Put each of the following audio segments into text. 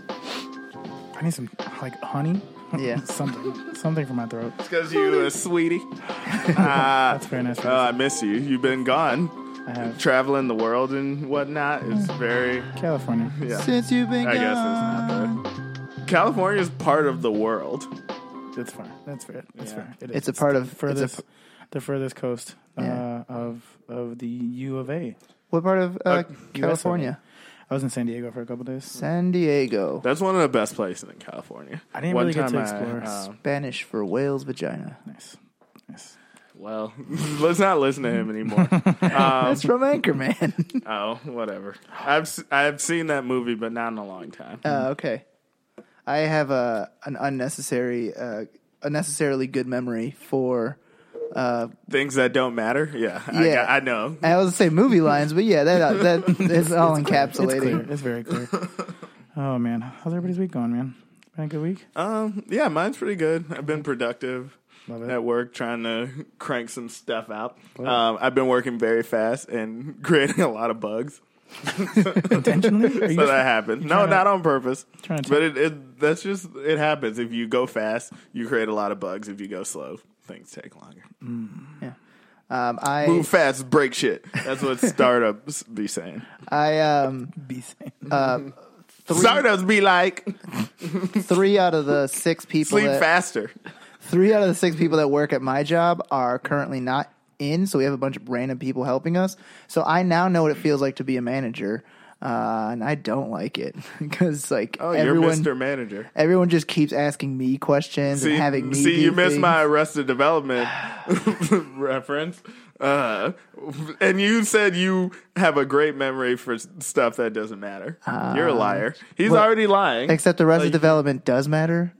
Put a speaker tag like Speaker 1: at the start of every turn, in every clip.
Speaker 1: I need some like honey.
Speaker 2: Yeah.
Speaker 1: something, something for my throat.
Speaker 3: Because you, a sweetie.
Speaker 1: That's very nice.
Speaker 3: Oh, I miss you. You've been gone,
Speaker 1: I have
Speaker 3: traveling the world and whatnot. It's
Speaker 1: Mm.
Speaker 3: very.
Speaker 1: California.
Speaker 3: Yeah.
Speaker 2: Since you've been
Speaker 3: I guess it's not that. California is part of the world.
Speaker 1: That's fair. That's fair. That's fair. It is.
Speaker 2: It's a part of-
Speaker 1: the
Speaker 2: it's a
Speaker 1: furthest,
Speaker 2: p-
Speaker 1: the furthest coast uh,
Speaker 2: Yeah.
Speaker 1: of of the U of A.
Speaker 2: What part of uh,
Speaker 1: US,
Speaker 2: California?
Speaker 1: I was in San Diego for a couple days.
Speaker 2: San Diego.
Speaker 3: That's one of the best places in California.
Speaker 1: I didn't
Speaker 3: One
Speaker 1: really get to
Speaker 3: time
Speaker 1: explore.
Speaker 3: um,
Speaker 2: Spanish for whale's vagina.
Speaker 1: Nice, nice.
Speaker 3: well, let's not listen to him anymore. Um,
Speaker 2: That's from Anchorman.
Speaker 3: oh, whatever. I've s- I've seen that movie, but not in a long time.
Speaker 2: uh, okay. I have a an unnecessary, uh, unnecessarily good memory for. Uh,
Speaker 3: Things that don't matter. Yeah, I,
Speaker 2: Yeah.
Speaker 3: got- I know.
Speaker 2: I was say movie lines, but yeah, that that is all
Speaker 1: It's clear.
Speaker 2: encapsulating.
Speaker 1: It's very clear. oh man, how's everybody's week going, man? Been a good week.
Speaker 3: Um, yeah, mine's pretty good. I've been productive
Speaker 1: Love it.
Speaker 3: at work, trying to crank some stuff out. Um, I've been working very fast and creating a lot of bugs.
Speaker 1: Intentionally? Are you
Speaker 3: So that happened. No,
Speaker 1: trying to-
Speaker 3: not on purpose.
Speaker 1: trying to-
Speaker 3: but it, it that's just it happens. If you go fast, you create a lot of bugs. If you go slow, things take longer.
Speaker 2: Yeah. Um, I
Speaker 3: Move fast, break shit. That's what startups be saying.
Speaker 2: I um
Speaker 1: be saying?
Speaker 3: Startups be like
Speaker 2: three out of the six people
Speaker 3: sleep
Speaker 2: that,
Speaker 3: faster.
Speaker 2: three out of the six people that work at my job are currently not in, so we have a bunch of random people helping us. So I now know what it feels like to be a manager, uh, and I don't like it because like
Speaker 3: Oh,
Speaker 2: everyone,
Speaker 3: you're Mr. Manager.
Speaker 2: everyone just keeps asking me questions
Speaker 3: See,
Speaker 2: and having me.
Speaker 3: see, you
Speaker 2: do
Speaker 3: missed
Speaker 2: things.
Speaker 3: my Arrested Development reference. Uh, and you said you have a great memory for s- stuff that doesn't matter.
Speaker 1: Uh,
Speaker 3: You're a liar. He's
Speaker 2: well,
Speaker 3: already lying.
Speaker 2: Except the rest
Speaker 3: Like-
Speaker 2: of development does matter.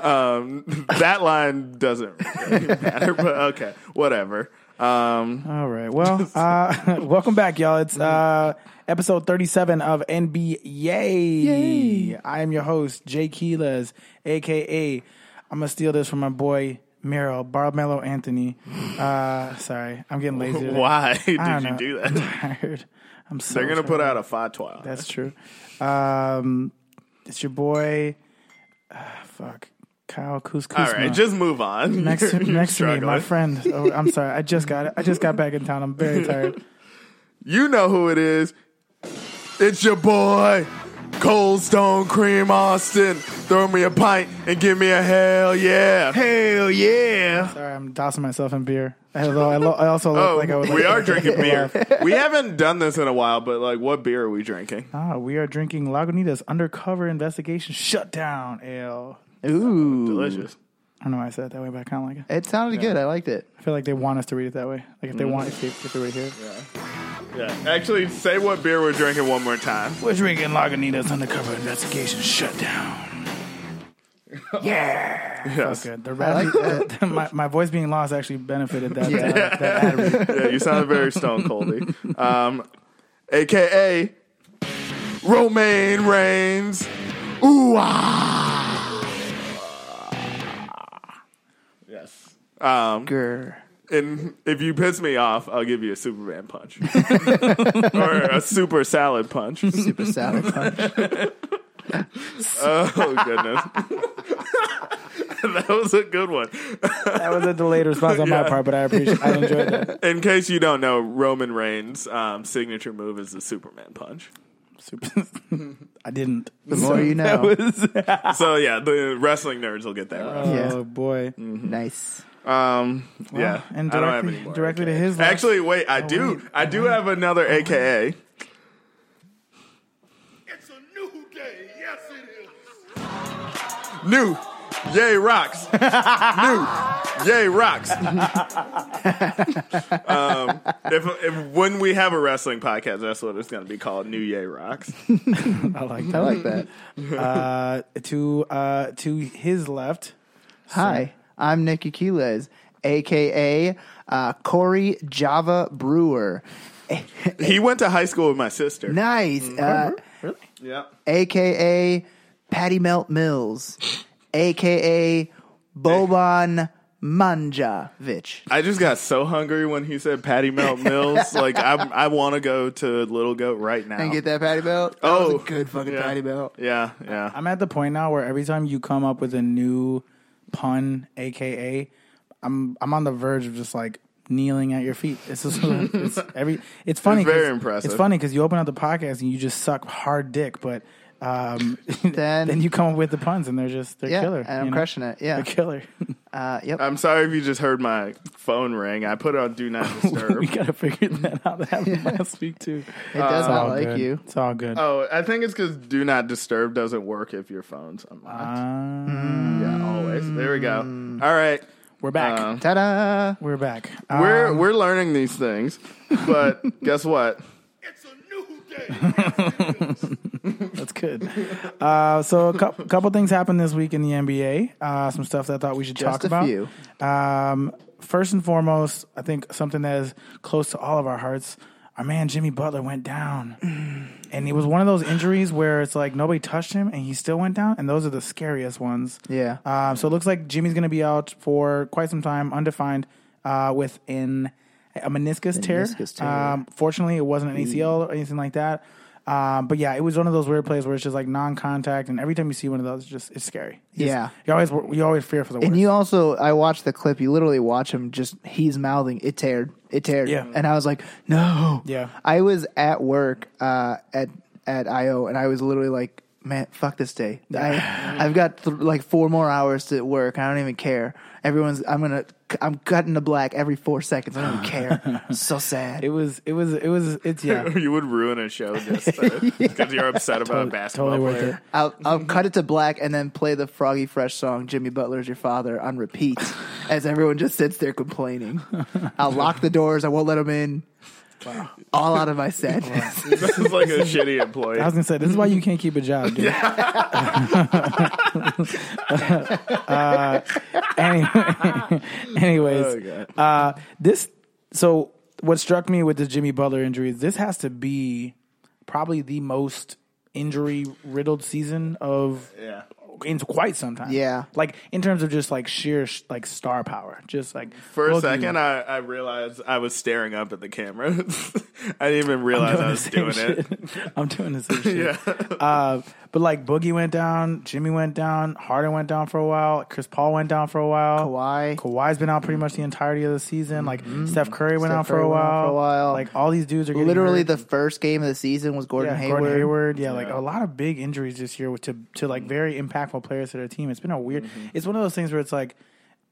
Speaker 3: Um, that line doesn't really matter, but okay, whatever. Um,
Speaker 1: All right. Well, uh, welcome back, y'all. It's uh, episode 37 of NBA. Yay. I am your host, Jay Keelas, a.k.a. I'm going to steal this from my boy, Merrill, Barmelo Anthony. Uh, sorry, I'm getting lazy. today.
Speaker 3: why did
Speaker 1: I don't
Speaker 3: you do
Speaker 1: know.
Speaker 3: that?
Speaker 1: I'm tired. I'm so
Speaker 3: They're gonna
Speaker 1: tired.
Speaker 3: put out a fatwa.
Speaker 1: That's true. Um, it's your boy, ah, fuck, Kyle Kuzma.
Speaker 3: all right. Just move on.
Speaker 1: next to,
Speaker 3: You're
Speaker 1: next to me, my
Speaker 3: struggling.
Speaker 1: friend. Oh, I'm sorry. I just got it. I just got back in town. I'm very tired.
Speaker 3: You know who it is. It's your boy, Cold Stone Cream Austin. Throw me a pint and give me a hell yeah. Hell yeah.
Speaker 1: Sorry, I'm dousing myself in beer. Although I, lo- I also look
Speaker 3: Oh,
Speaker 1: like I would.
Speaker 3: we
Speaker 1: like
Speaker 3: are drinking beer. we haven't done this in a while, but like, what beer are we drinking?
Speaker 1: Ah, we are drinking Lagunitas Undercover Investigation Shutdown Ale.
Speaker 2: Ooh,
Speaker 3: Delicious.
Speaker 1: I don't know why I said it that way, but I kind of like it.
Speaker 2: it sounded good. I liked it.
Speaker 1: I feel like they want us to read it that way. Like if they want, if they, if they were here,
Speaker 3: Yeah. Actually, say what beer we're drinking one more time.
Speaker 1: we're drinking Lagunitas Undercover Investigation Shutdown. Yeah.
Speaker 3: Yes.
Speaker 1: Good. The rally, my, my voice being lost actually benefited that.
Speaker 2: Yeah.
Speaker 1: Uh, that ad read.
Speaker 3: Yeah, you sounded very Stone Coldy. Um, AKA Romaine Reigns. Ooh ah. Yes. Um,
Speaker 2: Grr.
Speaker 3: and if you piss me off, I'll give you a Superman punch or a super salad punch.
Speaker 2: Super salad punch.
Speaker 3: Oh goodness, that was a good one.
Speaker 1: That was a delayed response on my part, but I appreciate. I enjoyed that.
Speaker 3: In case you don't know, Roman Reigns' um, signature move is the Superman punch.
Speaker 1: Super. I didn't.
Speaker 2: The more you know.
Speaker 3: So yeah, the wrestling nerds will get that. right.
Speaker 2: Yeah.
Speaker 1: Oh boy.
Speaker 2: nice.
Speaker 3: Um, yeah,
Speaker 1: and
Speaker 3: I don't have
Speaker 1: directly-
Speaker 3: any more
Speaker 1: directly to
Speaker 3: AKAs.
Speaker 1: his left.
Speaker 3: Actually, wait, I do,
Speaker 1: wait.
Speaker 3: I do have another AKA.
Speaker 4: It's a new day. Yes, it is.
Speaker 3: New, yay rocks. New, yay rocks. um, if, if when we have a wrestling podcast, that's what it's going to be called. New yay rocks.
Speaker 1: I like
Speaker 2: I
Speaker 1: that.
Speaker 2: like that.
Speaker 1: Uh, to uh, to his left.
Speaker 2: Hi, I'm Nick Aquiles, aka uh, Corey Java Brewer.
Speaker 3: he went to high school with my sister.
Speaker 2: Nice, uh,
Speaker 1: Really?
Speaker 3: Yeah.
Speaker 2: aka Patty Melt Mills, aka Boban Manjavich.
Speaker 3: I just got so hungry when he said Patty Melt Mills. like I, I want to go to Little Goat right now
Speaker 2: And get that patty belt. That was
Speaker 3: Oh,
Speaker 2: a good fucking
Speaker 3: yeah.
Speaker 2: patty belt.
Speaker 3: Yeah, yeah.
Speaker 1: I'm at the point now where every time you come up with a new pun, aka, I'm I'm on the verge of just like kneeling at your feet. It's just it's every it's funny.
Speaker 3: It's very
Speaker 1: 'cause-
Speaker 3: impressive.
Speaker 1: It's funny because you open up the podcast and you just suck hard dick, but um,
Speaker 2: Then-
Speaker 1: then you come up with the puns and they're just they're
Speaker 2: Yeah,
Speaker 1: killer.
Speaker 2: and I'm
Speaker 1: you know?
Speaker 2: crushing it. Yeah.
Speaker 1: They're killer.
Speaker 2: Uh, yep.
Speaker 3: I'm sorry if you just heard my phone ring. I put it on Do Not
Speaker 1: we
Speaker 3: Disturb.
Speaker 1: gotta figure that out. That happened last week too.
Speaker 2: it does not like
Speaker 1: Oh, good.
Speaker 2: you.
Speaker 1: It's all good.
Speaker 3: oh, I think it's because Do Not Disturb doesn't work if your phone's unlocked.
Speaker 1: Um,
Speaker 3: yeah, always. There we go. All right.
Speaker 1: we're back.
Speaker 3: Um,
Speaker 2: Ta da!
Speaker 1: we're back.
Speaker 3: we're
Speaker 1: Um,
Speaker 3: we're learning these things, but guess what?
Speaker 4: It's a new day.
Speaker 1: That's good. Uh, so a cou- couple things happened this week in the NBA. Uh, some stuff that I thought we should
Speaker 2: Just
Speaker 1: talk
Speaker 2: a
Speaker 1: about.
Speaker 2: few.
Speaker 1: Um, first and foremost, I think something that is close to all of our hearts. Our man Jimmy Butler went down, and it was one of those injuries where it's like nobody touched him, and he still went down. And those are the scariest ones.
Speaker 2: Yeah.
Speaker 1: Um, so it looks like Jimmy's going to be out for quite some time, undefined, uh, with an a meniscus tear.
Speaker 2: Meniscus tear.
Speaker 1: Um, fortunately, it wasn't an ACL or anything like that. Um, but yeah, it was one of those weird plays where it's just like non-contact, and every time you see one of those, it's just it's scary. It's-
Speaker 2: Yeah.
Speaker 1: you always you always fear for the worst.
Speaker 2: And you also, I watched the clip. You literally watch him just, he's mouthing, it teared, it teared.
Speaker 1: Yeah.
Speaker 2: And I was like, no.
Speaker 1: Yeah.
Speaker 2: I was at work uh, at, at IO and I was literally like, man, fuck this day. I, I've got th- like four more hours to work. I don't even care. Everyone's, I'm going to, I'm cutting to black every four seconds. I don't even care. so sad.
Speaker 1: it was it was it was it's yeah.
Speaker 3: you would ruin a show just because you're upset about a basketball
Speaker 1: totally worth
Speaker 3: player.
Speaker 1: it.
Speaker 2: I'll,
Speaker 1: Mm-hmm.
Speaker 2: I'll cut it to black and then play the Froggy Fresh song, Jimmy Butler's Your Father, on repeat as everyone just sits there complaining. I'll lock the doors. I won't let them in. All out of my sadness.
Speaker 3: this is like a shitty employee.
Speaker 1: I was gonna say this is why you can't keep a job, dude. uh, anyway,
Speaker 3: Oh,
Speaker 1: anyways, uh, this. So what struck me with the Jimmy Butler injury is this has to be probably the most injury riddled season of
Speaker 3: Yeah.
Speaker 1: in quite some time.
Speaker 2: Yeah.
Speaker 1: like in terms of just like sheer sh- like star power, just like
Speaker 3: For a
Speaker 1: both of you.
Speaker 3: second, I, I realized I was staring up at the camera. I didn't even realize I was doing it.
Speaker 1: it. I'm doing the same shit. Uh, but like Boogie went down, Jimmy went down, Harden went down for a while, Chris Paul went down for a while.
Speaker 2: Kawhi.
Speaker 1: Kawhi's been out pretty much the entirety of the season. Like
Speaker 3: Mm-hmm.
Speaker 1: Steph Curry went
Speaker 2: Steph
Speaker 1: out for
Speaker 2: Curry
Speaker 1: a
Speaker 2: went out
Speaker 1: while.
Speaker 2: for a while.
Speaker 1: Like all these dudes are getting
Speaker 2: Literally,
Speaker 1: hurt.
Speaker 2: the first game of the season was Gordon
Speaker 1: yeah,
Speaker 2: Hayward.
Speaker 1: Gordon Hayward. Yeah, like a lot of big injuries this year with to to
Speaker 3: Mm-hmm.
Speaker 1: like very impactful players to their team. It's been a weird. It's one of those things where it's like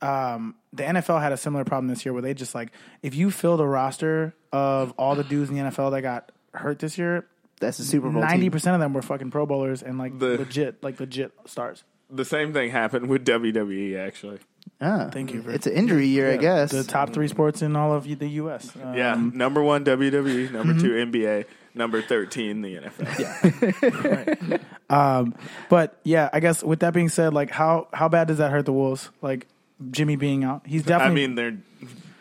Speaker 1: um, the NFL had a similar problem this year where they just like if you fill the roster of all the dudes in the NFL that got hurt this year,
Speaker 2: That's the Super Bowl.
Speaker 1: ninety
Speaker 2: 90%.
Speaker 1: percent of them were fucking Pro Bowlers and like
Speaker 3: The-
Speaker 1: legit, like legit stars.
Speaker 3: The same thing happened with WWE, actually.
Speaker 1: Thank you. For,
Speaker 2: It's an injury year, I guess.
Speaker 1: the top three sports in all of the U.S. Uh,
Speaker 3: Yeah.
Speaker 2: Um,
Speaker 3: number one, WWE. Number
Speaker 2: mm-hmm.
Speaker 3: two, NBA. Number 13, the NFL. Yeah.
Speaker 1: But yeah, I guess with that being said, like how how bad does that hurt the Wolves? Like Jimmy being out, he's
Speaker 3: I
Speaker 1: definitely.
Speaker 3: mean, they're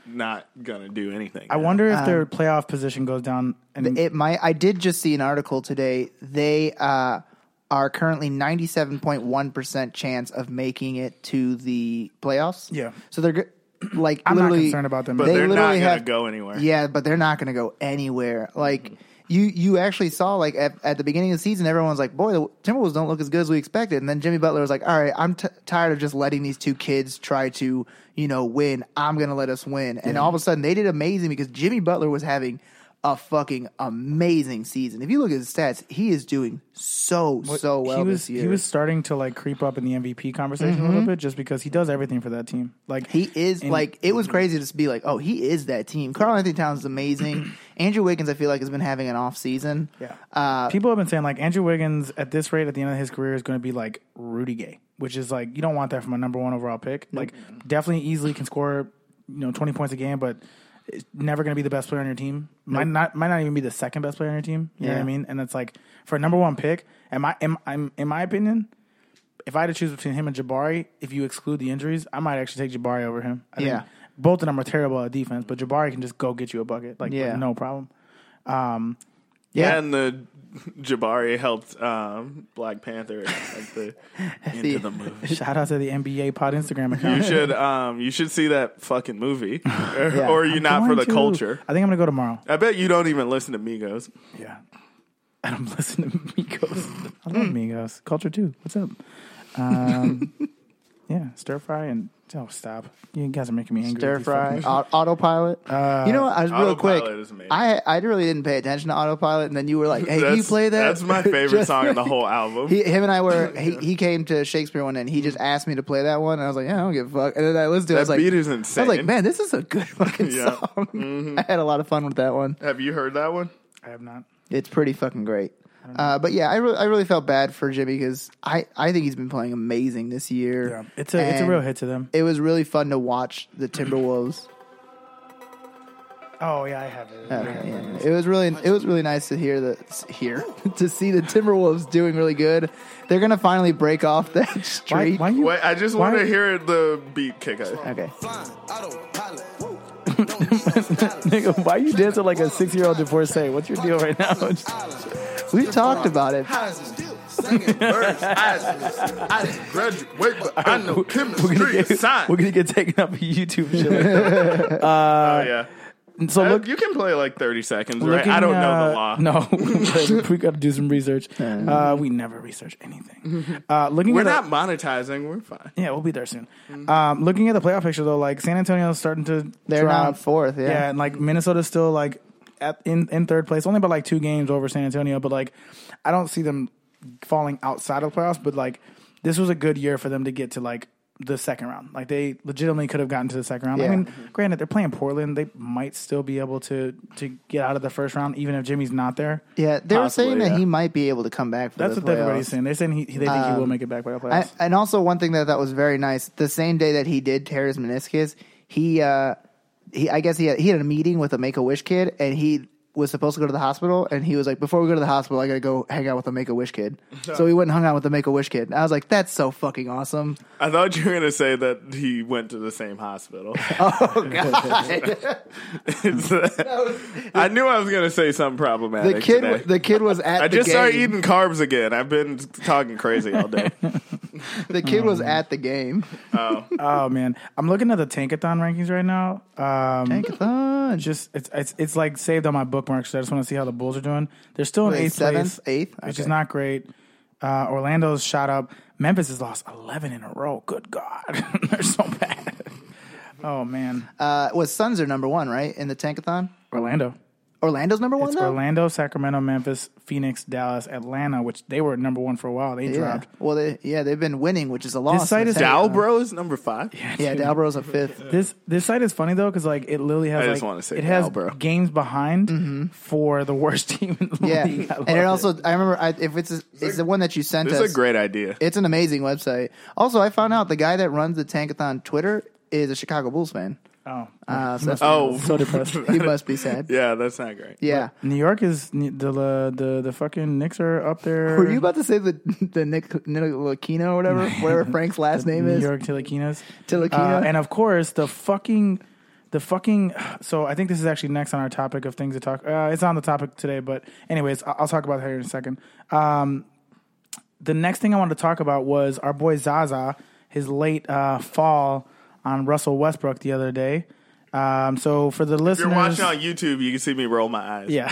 Speaker 3: not going to do anything.
Speaker 1: I wonder if their playoff position goes down. And
Speaker 2: um, it might. I did just see an article today. They uh, are currently ninety seven point one percent chance of making it to the playoffs.
Speaker 1: Yeah.
Speaker 2: So they're go- like
Speaker 1: I'm not
Speaker 2: literally
Speaker 1: concerned about them.
Speaker 3: But
Speaker 1: They
Speaker 3: they are not
Speaker 2: literally
Speaker 3: going to
Speaker 2: have-
Speaker 3: go anywhere.
Speaker 2: Yeah, but they're not going to go anywhere. Like
Speaker 1: Mm-hmm.
Speaker 2: you, you actually saw like at, at the beginning of the season, everyone's like, "Boy, the Timberwolves don't look as good as we expected." And then Jimmy Butler was like, "All right, I'm t- tired of just letting these two kids try to, you know, win. I'm going to let us win." And all of a sudden, they did amazing because Jimmy Butler was having a fucking amazing season. If you look at his stats, he is doing so so well
Speaker 1: he was
Speaker 2: this year. Mm-hmm.
Speaker 1: he was starting to like creep up in the MVP conversation a little bit just because he does everything for that team. Like
Speaker 2: He is
Speaker 1: and-
Speaker 2: like it was crazy to just be like, oh, he is that team. Carl Anthony Towns is amazing. Andrew Wiggins, I feel like, has been having an off season.
Speaker 1: Yeah.
Speaker 2: Uh,
Speaker 1: People have been saying like Andrew Wiggins at this rate at the end of his career is going to be like Rudy Gay, which is like you don't want that from a number one overall pick. Like definitely easily can score you know twenty points a game, but it's never going to be the best player on your team. Might not might not even be the second best player on your team. You know what
Speaker 2: Yeah.
Speaker 1: I mean? And it's like for a number one pick, am I am I'm in my opinion. If I had to choose between him and Jabari, if you exclude the injuries, I might actually take Jabari over him. I
Speaker 2: Yeah.
Speaker 1: think both of them are terrible at defense, but Jabari can just go get you a bucket, like with
Speaker 2: Yeah.
Speaker 1: no problem.
Speaker 2: Yeah.
Speaker 3: and the Jabari helped um, Black Panther at the end
Speaker 2: The-
Speaker 3: of the movie.
Speaker 1: Shout out to the NBA Pod Instagram
Speaker 3: You
Speaker 1: account.
Speaker 3: should um, you should see that fucking movie, or,
Speaker 2: Yeah.
Speaker 3: or you
Speaker 1: I'm
Speaker 3: not for
Speaker 1: going
Speaker 3: the
Speaker 1: to.
Speaker 3: culture.
Speaker 1: I think I'm gonna go tomorrow.
Speaker 3: I bet you don't even listen to Migos.
Speaker 1: Yeah. And I'm listening to Migos. I love Migos. Culture too. What's up? Um, yeah, stir fry and oh stop. You guys are making me angry.
Speaker 2: Stir
Speaker 1: with these fucking- Uh,
Speaker 2: fry, au- autopilot. you know what? I was real
Speaker 3: Autopilot
Speaker 2: quick.
Speaker 3: is amazing.
Speaker 2: I I really didn't pay attention to autopilot, and then you were like, "Hey, can you
Speaker 3: That's-
Speaker 2: play that?"
Speaker 3: That's my favorite
Speaker 2: Just-
Speaker 3: song in the whole album.
Speaker 2: He, him and I were. He, he came to Shakespeare one, day and he just asked me to play that one, and I was like, "Yeah, I don't give a fuck." And then I listened to it. I
Speaker 3: That
Speaker 2: was like,
Speaker 3: beat is
Speaker 2: I was like,
Speaker 3: insane.
Speaker 2: "Man, this is a good fucking
Speaker 3: Yeah. Mm-hmm.
Speaker 2: song." I had a lot of fun with that one.
Speaker 3: Have you heard that one?
Speaker 1: I have not.
Speaker 2: It's pretty fucking great. Uh, but yeah, I, re- I really felt bad for Jimmy because I, I think he's been playing amazing this year.
Speaker 1: Yeah. It's a it's a
Speaker 2: And
Speaker 1: real hit to them.
Speaker 2: It was really fun to watch the Timberwolves.
Speaker 1: Oh yeah, I have it.
Speaker 2: Okay, yeah. It was really it was really nice to hear the here to see the Timberwolves doing really good. They're gonna finally break off that
Speaker 1: Why,
Speaker 2: streak.
Speaker 1: why you
Speaker 3: Wait, I just
Speaker 1: Why-
Speaker 3: want to hear the beat kick. out.
Speaker 2: Okay,
Speaker 1: nigga, why you dancing like a six year old divorcee? What's your deal right now?
Speaker 2: we've talked about it.
Speaker 3: I didn't graduate, but I know
Speaker 1: We're gonna
Speaker 3: chemistry
Speaker 1: get
Speaker 3: is science.
Speaker 1: we're gonna get taken up YouTube shit.
Speaker 3: oh, yeah.
Speaker 1: So
Speaker 3: Uh,
Speaker 1: look
Speaker 3: you can play like 30 seconds, right?
Speaker 1: Looking,
Speaker 3: I don't know the
Speaker 1: uh,
Speaker 3: law.
Speaker 1: No, we got to do some research. Uh, we never research anything. Uh, looking
Speaker 3: We're
Speaker 1: at the-
Speaker 3: not monetizing. We're fine.
Speaker 1: yeah, we'll be there soon. Um, looking at the playoff picture though, like San Antonio's starting to
Speaker 2: They're
Speaker 1: drop.
Speaker 2: now in fourth, yeah.
Speaker 1: yeah, and like Minnesota's still like at, in in third place, only by like two games over San Antonio. But like, I don't see them falling outside of the playoffs. But like, this was a good year for them to get to like the second round. Like they legitimately could have gotten to the second round. I
Speaker 2: Yeah.
Speaker 1: mean, granted, they're playing Portland. They might still be able to to get out of the first round, even if Jimmy's not there.
Speaker 2: Yeah, they were
Speaker 3: Possibly,
Speaker 2: saying that
Speaker 3: yeah.
Speaker 2: he might be able to come back. For
Speaker 1: That's
Speaker 2: the
Speaker 1: what everybody's
Speaker 2: playoffs. Um,
Speaker 1: saying. They're saying he, they think he will make it back by the
Speaker 2: I,
Speaker 1: playoffs.
Speaker 2: and also one thing that I thought was very nice. The same day that he did tear his meniscus, he uh, he I guess he had, he had a meeting with a Make a Wish kid, and he was supposed to go to the hospital, and he was like, "Before we go to the hospital, I gotta go hang out with the Make a Wish kid." so he went and hung out with the Make a Wish kid. And I was like, "That's so fucking awesome."
Speaker 3: I thought you were going to say that he went to the same hospital.
Speaker 2: Oh god,
Speaker 3: I knew I was going to say something problematic.
Speaker 2: the kid
Speaker 3: today.
Speaker 2: the kid was at
Speaker 3: I
Speaker 2: the
Speaker 3: just
Speaker 2: game.
Speaker 3: started eating carbs again. I've been talking crazy all day.
Speaker 2: The kid
Speaker 1: Hmm.
Speaker 2: was at the game.
Speaker 1: oh man, I'm looking at the Tankathon rankings right now. Um,
Speaker 2: Tankathon. Just
Speaker 1: just it's it's it's like saved on my bookmarks. So I just want to see how the Bulls are doing. They're still in
Speaker 2: Wait,
Speaker 1: eighth
Speaker 2: seventh,
Speaker 1: place,
Speaker 2: eighth?
Speaker 1: which is
Speaker 2: Okay.
Speaker 1: not great. Uh, Orlando's shot up. Memphis has lost eleven in a row. Good God, they're so bad. Oh man,
Speaker 2: uh, was Suns are number one, right? In the Tankathon,
Speaker 1: Orlando.
Speaker 2: Orlando's number one.
Speaker 1: It's
Speaker 2: though?
Speaker 1: Orlando, Sacramento, Memphis, Phoenix, Dallas, Atlanta, which they were number one for a while. They
Speaker 2: Yeah.
Speaker 1: dropped.
Speaker 2: Well, they, yeah, they've been winning, which is a loss.
Speaker 1: site
Speaker 2: in the
Speaker 1: is
Speaker 2: Tankathon.
Speaker 1: down.
Speaker 3: Dow Bros number five.
Speaker 2: Yeah, Dalbro's a fifth.
Speaker 1: This this site is funny though because like it literally has
Speaker 3: I
Speaker 1: like
Speaker 3: just wanna say
Speaker 1: it has
Speaker 3: Cal, bro.
Speaker 1: games behind for the worst team in the
Speaker 2: Mm-hmm. Yeah,
Speaker 1: league. I
Speaker 2: and
Speaker 1: love
Speaker 2: it also I remember I, if it's it's the one that you sent
Speaker 3: This
Speaker 2: us.
Speaker 3: is a great idea.
Speaker 2: it's an amazing website. Also, I found out the guy that runs the Tankathon Twitter is a Chicago Bulls fan.
Speaker 1: oh
Speaker 2: Uh, so
Speaker 3: oh,
Speaker 1: so depressed.
Speaker 2: he must be sad. Yeah.
Speaker 3: yeah, that's not great.
Speaker 1: New York is the the the, the fucking Knicks are up there.
Speaker 2: Were you about to say the the Nick Nilakino or whatever, whatever Frank's last name
Speaker 1: New
Speaker 2: is?
Speaker 1: York Tilakinas?
Speaker 2: Tilakina?
Speaker 1: and of course the fucking the fucking. So I think this is actually next on our topic of things to talk. Uh, it's on the topic today, but anyways, I- I'll talk about that here in a second. Um, the next thing I wanted to talk about was our boy Zaza, his late uh, fall on Russell Westbrook the other day. Um, so for the
Speaker 3: If
Speaker 1: listeners,
Speaker 3: you're watching on YouTube, you can see me roll my eyes.
Speaker 1: Yeah.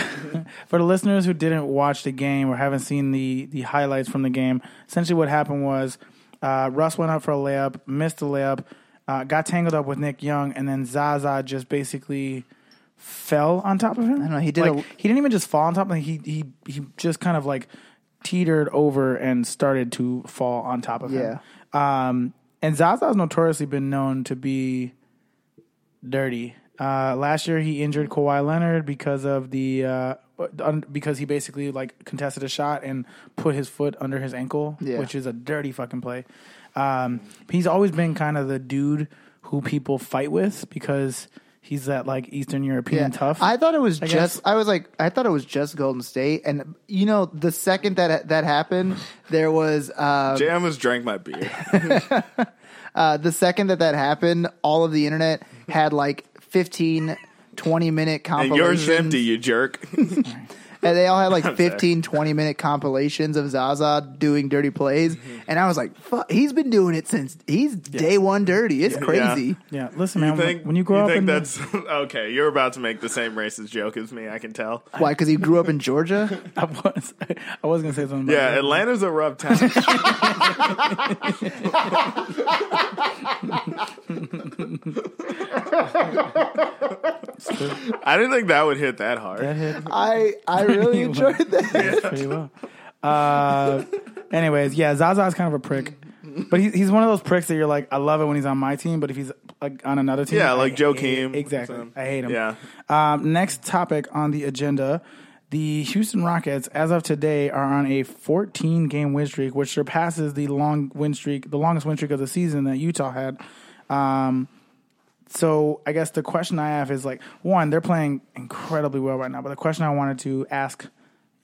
Speaker 1: For the listeners who didn't watch the game or haven't seen the the highlights from the game, essentially what happened was uh, Russ went up for a layup, missed the layup, uh, got tangled up with Nick Young, and then Zaza just basically fell on top of him. I
Speaker 2: know, he did a-
Speaker 1: he didn't even just fall on top of him. He he he just kind of like teetered over and started to fall on top of him. Um, and Zaza's notoriously been known to be dirty. Uh, last year he injured Kawhi Leonard because of the uh, un- because he basically like contested a shot and put his foot under his ankle,
Speaker 2: Yeah.
Speaker 1: which is a dirty fucking play. Um, he's always been kind of the dude who people fight with because he's that like Eastern European tough.
Speaker 2: I thought it was
Speaker 1: guess.
Speaker 2: just. I was like, I thought it was just Golden State, and you know, the second that that happened, there was um,
Speaker 3: Jay almost drank my beer.
Speaker 2: Uh, the second that that happened, all of the internet had like 15, 20 minute
Speaker 3: And
Speaker 2: compilations.
Speaker 3: yours is empty, you jerk.
Speaker 2: And they all had like 15, 20 minute compilations of Zaza doing dirty plays. And I was like, fuck, he's been doing it since he's day one dirty. It's crazy.
Speaker 1: Yeah, listen, man.
Speaker 3: You think,
Speaker 1: when you grow up,
Speaker 3: think
Speaker 1: in the-
Speaker 3: that's okay. You're about to make the same racist joke as me. I can tell.
Speaker 2: Why? Because he grew up in Georgia?
Speaker 1: I was, I was gonna say something. About
Speaker 3: Yeah,
Speaker 1: that.
Speaker 3: Atlanta's a rough town. I didn't think that would hit that hard.
Speaker 1: that hit
Speaker 2: I, I really enjoyed that.
Speaker 1: pretty well. Uh, anyways, yeah, Zaza's kind of a prick, but he's he's one of those pricks that you're like, I love it when he's on my team, but if he's like on another team,
Speaker 3: Yeah,
Speaker 1: I
Speaker 3: like
Speaker 1: hate-
Speaker 3: Joakim.
Speaker 1: exactly.
Speaker 3: So,
Speaker 1: I hate him.
Speaker 3: yeah.
Speaker 1: Um, next topic on the agenda. The Houston Rockets, as of today, are on a 14 game win streak, which surpasses the long win streak, the longest win streak of the season that Utah had. Um, so I guess the question I have is like one, they're playing incredibly well right now, but the question I wanted to ask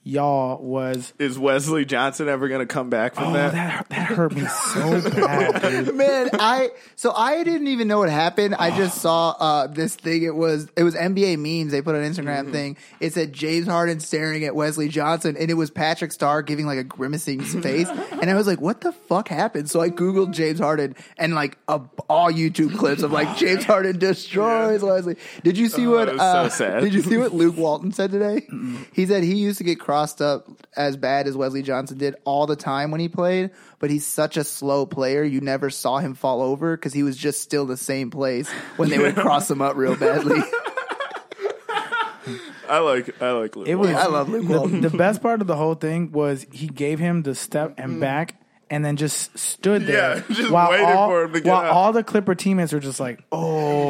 Speaker 1: y'all was
Speaker 3: Is Wesley Johnson ever going to come back from
Speaker 1: oh,
Speaker 3: that?
Speaker 1: that that hurt me so bad, dude.
Speaker 2: Man, I so I didn't even know what happened. I just saw uh, this thing. It was it was NBA memes. They put an Instagram
Speaker 3: Mm-hmm.
Speaker 2: thing. It said James Harden staring at Wesley Johnson, and it was Patrick Starr giving like a grimacing face. and I was like, "What the fuck happened?" So I googled James Harden and like a, all YouTube clips of like James Harden destroys Wesley. Did you see
Speaker 3: Oh,
Speaker 2: what?
Speaker 3: that was
Speaker 2: uh,
Speaker 3: so sad.
Speaker 2: Did you see what Luke Walton said today? He said he used to get crossed up as bad as Wesley Johnson did all the time when he played, but he's such a slow player. You never saw him fall over because he was just still the same place when they would cross him up real badly.
Speaker 3: I like I like Luke.
Speaker 1: It was
Speaker 2: I love Luke Walton.
Speaker 1: the, the best part of the whole thing was he gave him the step and back and then just stood there
Speaker 3: Mm-hmm. Yeah, just
Speaker 1: while,
Speaker 3: waited
Speaker 1: all,
Speaker 3: for him to get
Speaker 1: while
Speaker 3: up.
Speaker 1: all the Clipper teammates were just like, oh.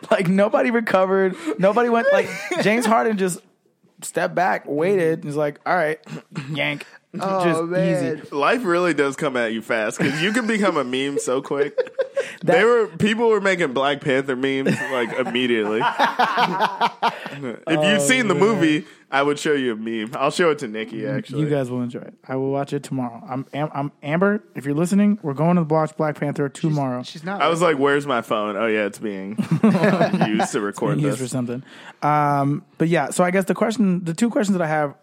Speaker 1: like nobody recovered. Nobody went, like, James Harden just stepped back, waited, and was like, all right, yank.
Speaker 2: Oh
Speaker 1: just
Speaker 2: man,
Speaker 1: easy.
Speaker 3: Life really does come at you fast because you can become a meme so quick.
Speaker 1: That-
Speaker 3: they were people were making Black Panther memes like immediately. if
Speaker 1: Oh,
Speaker 3: you've seen the movie, I would show you a meme. I'll show it to Nikki actually.
Speaker 1: You guys will enjoy it. I will watch it tomorrow. I'm, Am- I'm Amber. If you're listening, we're going to watch Black Panther tomorrow.
Speaker 2: she's not.
Speaker 3: I was like, "Where's my phone?" Oh yeah, it's being used to record
Speaker 1: being used
Speaker 3: this.
Speaker 1: for something. Um, but yeah, so I guess the question, the two questions that I have,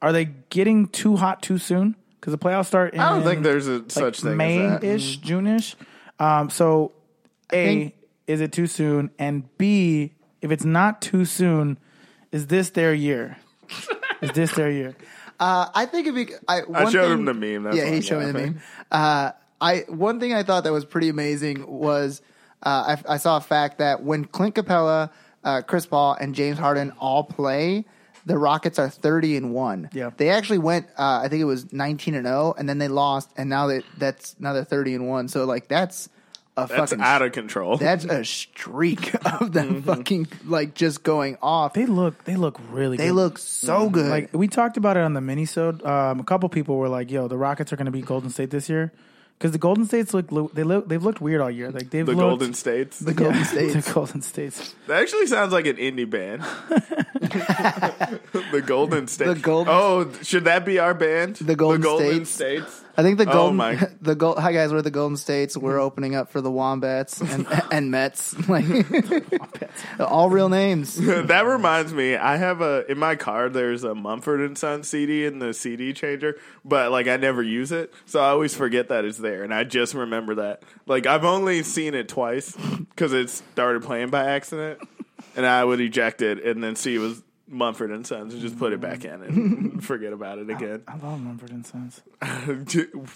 Speaker 1: are they getting too hot too soon? Because the playoffs start. In,
Speaker 3: I don't think there's a such thing as that. Mm.
Speaker 1: May-ish, June-ish. Um, so, a
Speaker 2: think-
Speaker 1: is it too soon? And b if it's not too soon, is this their year? is this their year?
Speaker 2: Uh, I think if he, I, one
Speaker 3: showed
Speaker 2: thing-
Speaker 3: him the meme, that's
Speaker 2: yeah,
Speaker 3: why
Speaker 2: he
Speaker 3: I'm
Speaker 2: showed me the
Speaker 3: laughing.
Speaker 2: meme. Uh, I one thing I thought that was pretty amazing was uh, I, I saw a fact that when Clint Capella, uh, Chris Paul, and James Harden all play, the Rockets are thirty and one.
Speaker 1: Yeah.
Speaker 2: they actually went. Uh, I think it was nineteen and zero, and then they lost, and now that that's now they're thirty and one. So like that's a
Speaker 3: That's
Speaker 2: fucking
Speaker 3: out of control.
Speaker 2: that's a streak of them
Speaker 3: Mm-hmm.
Speaker 2: fucking like just going off.
Speaker 1: They look, they look really.
Speaker 2: They
Speaker 1: good.
Speaker 2: look
Speaker 3: Mm-hmm.
Speaker 2: so good.
Speaker 1: Like we talked about it on the minisode. Um, a couple people were like, "Yo, the Rockets are going to be Golden State this year," because the Golden States look lo- they look they've looked weird all year. Like they've
Speaker 3: the
Speaker 1: looked,
Speaker 3: Golden States.
Speaker 2: the Golden State.
Speaker 1: the Golden States.
Speaker 3: That actually sounds like an indie band. the Golden States.
Speaker 2: The Golden-
Speaker 3: Oh, should that be our band? The
Speaker 2: Golden
Speaker 3: Golden
Speaker 2: States.
Speaker 3: States.
Speaker 2: I think the golden,
Speaker 3: Oh my. Mm-hmm.
Speaker 2: the gold. Hi guys, we're the Golden States. We're opening up for the Wombats and and Mets. Like all real names.
Speaker 3: that reminds me, I have a in my car. There's a Mumford and Son CD in the CD changer, but like I never use it, so I always forget that it's there, and I just remember that. Like I've only seen it twice because it started playing by accident, and I would eject it and then see it was Mumford and Sons and just put it back in and forget about it again.
Speaker 1: I love Mumford and Sons.
Speaker 3: do,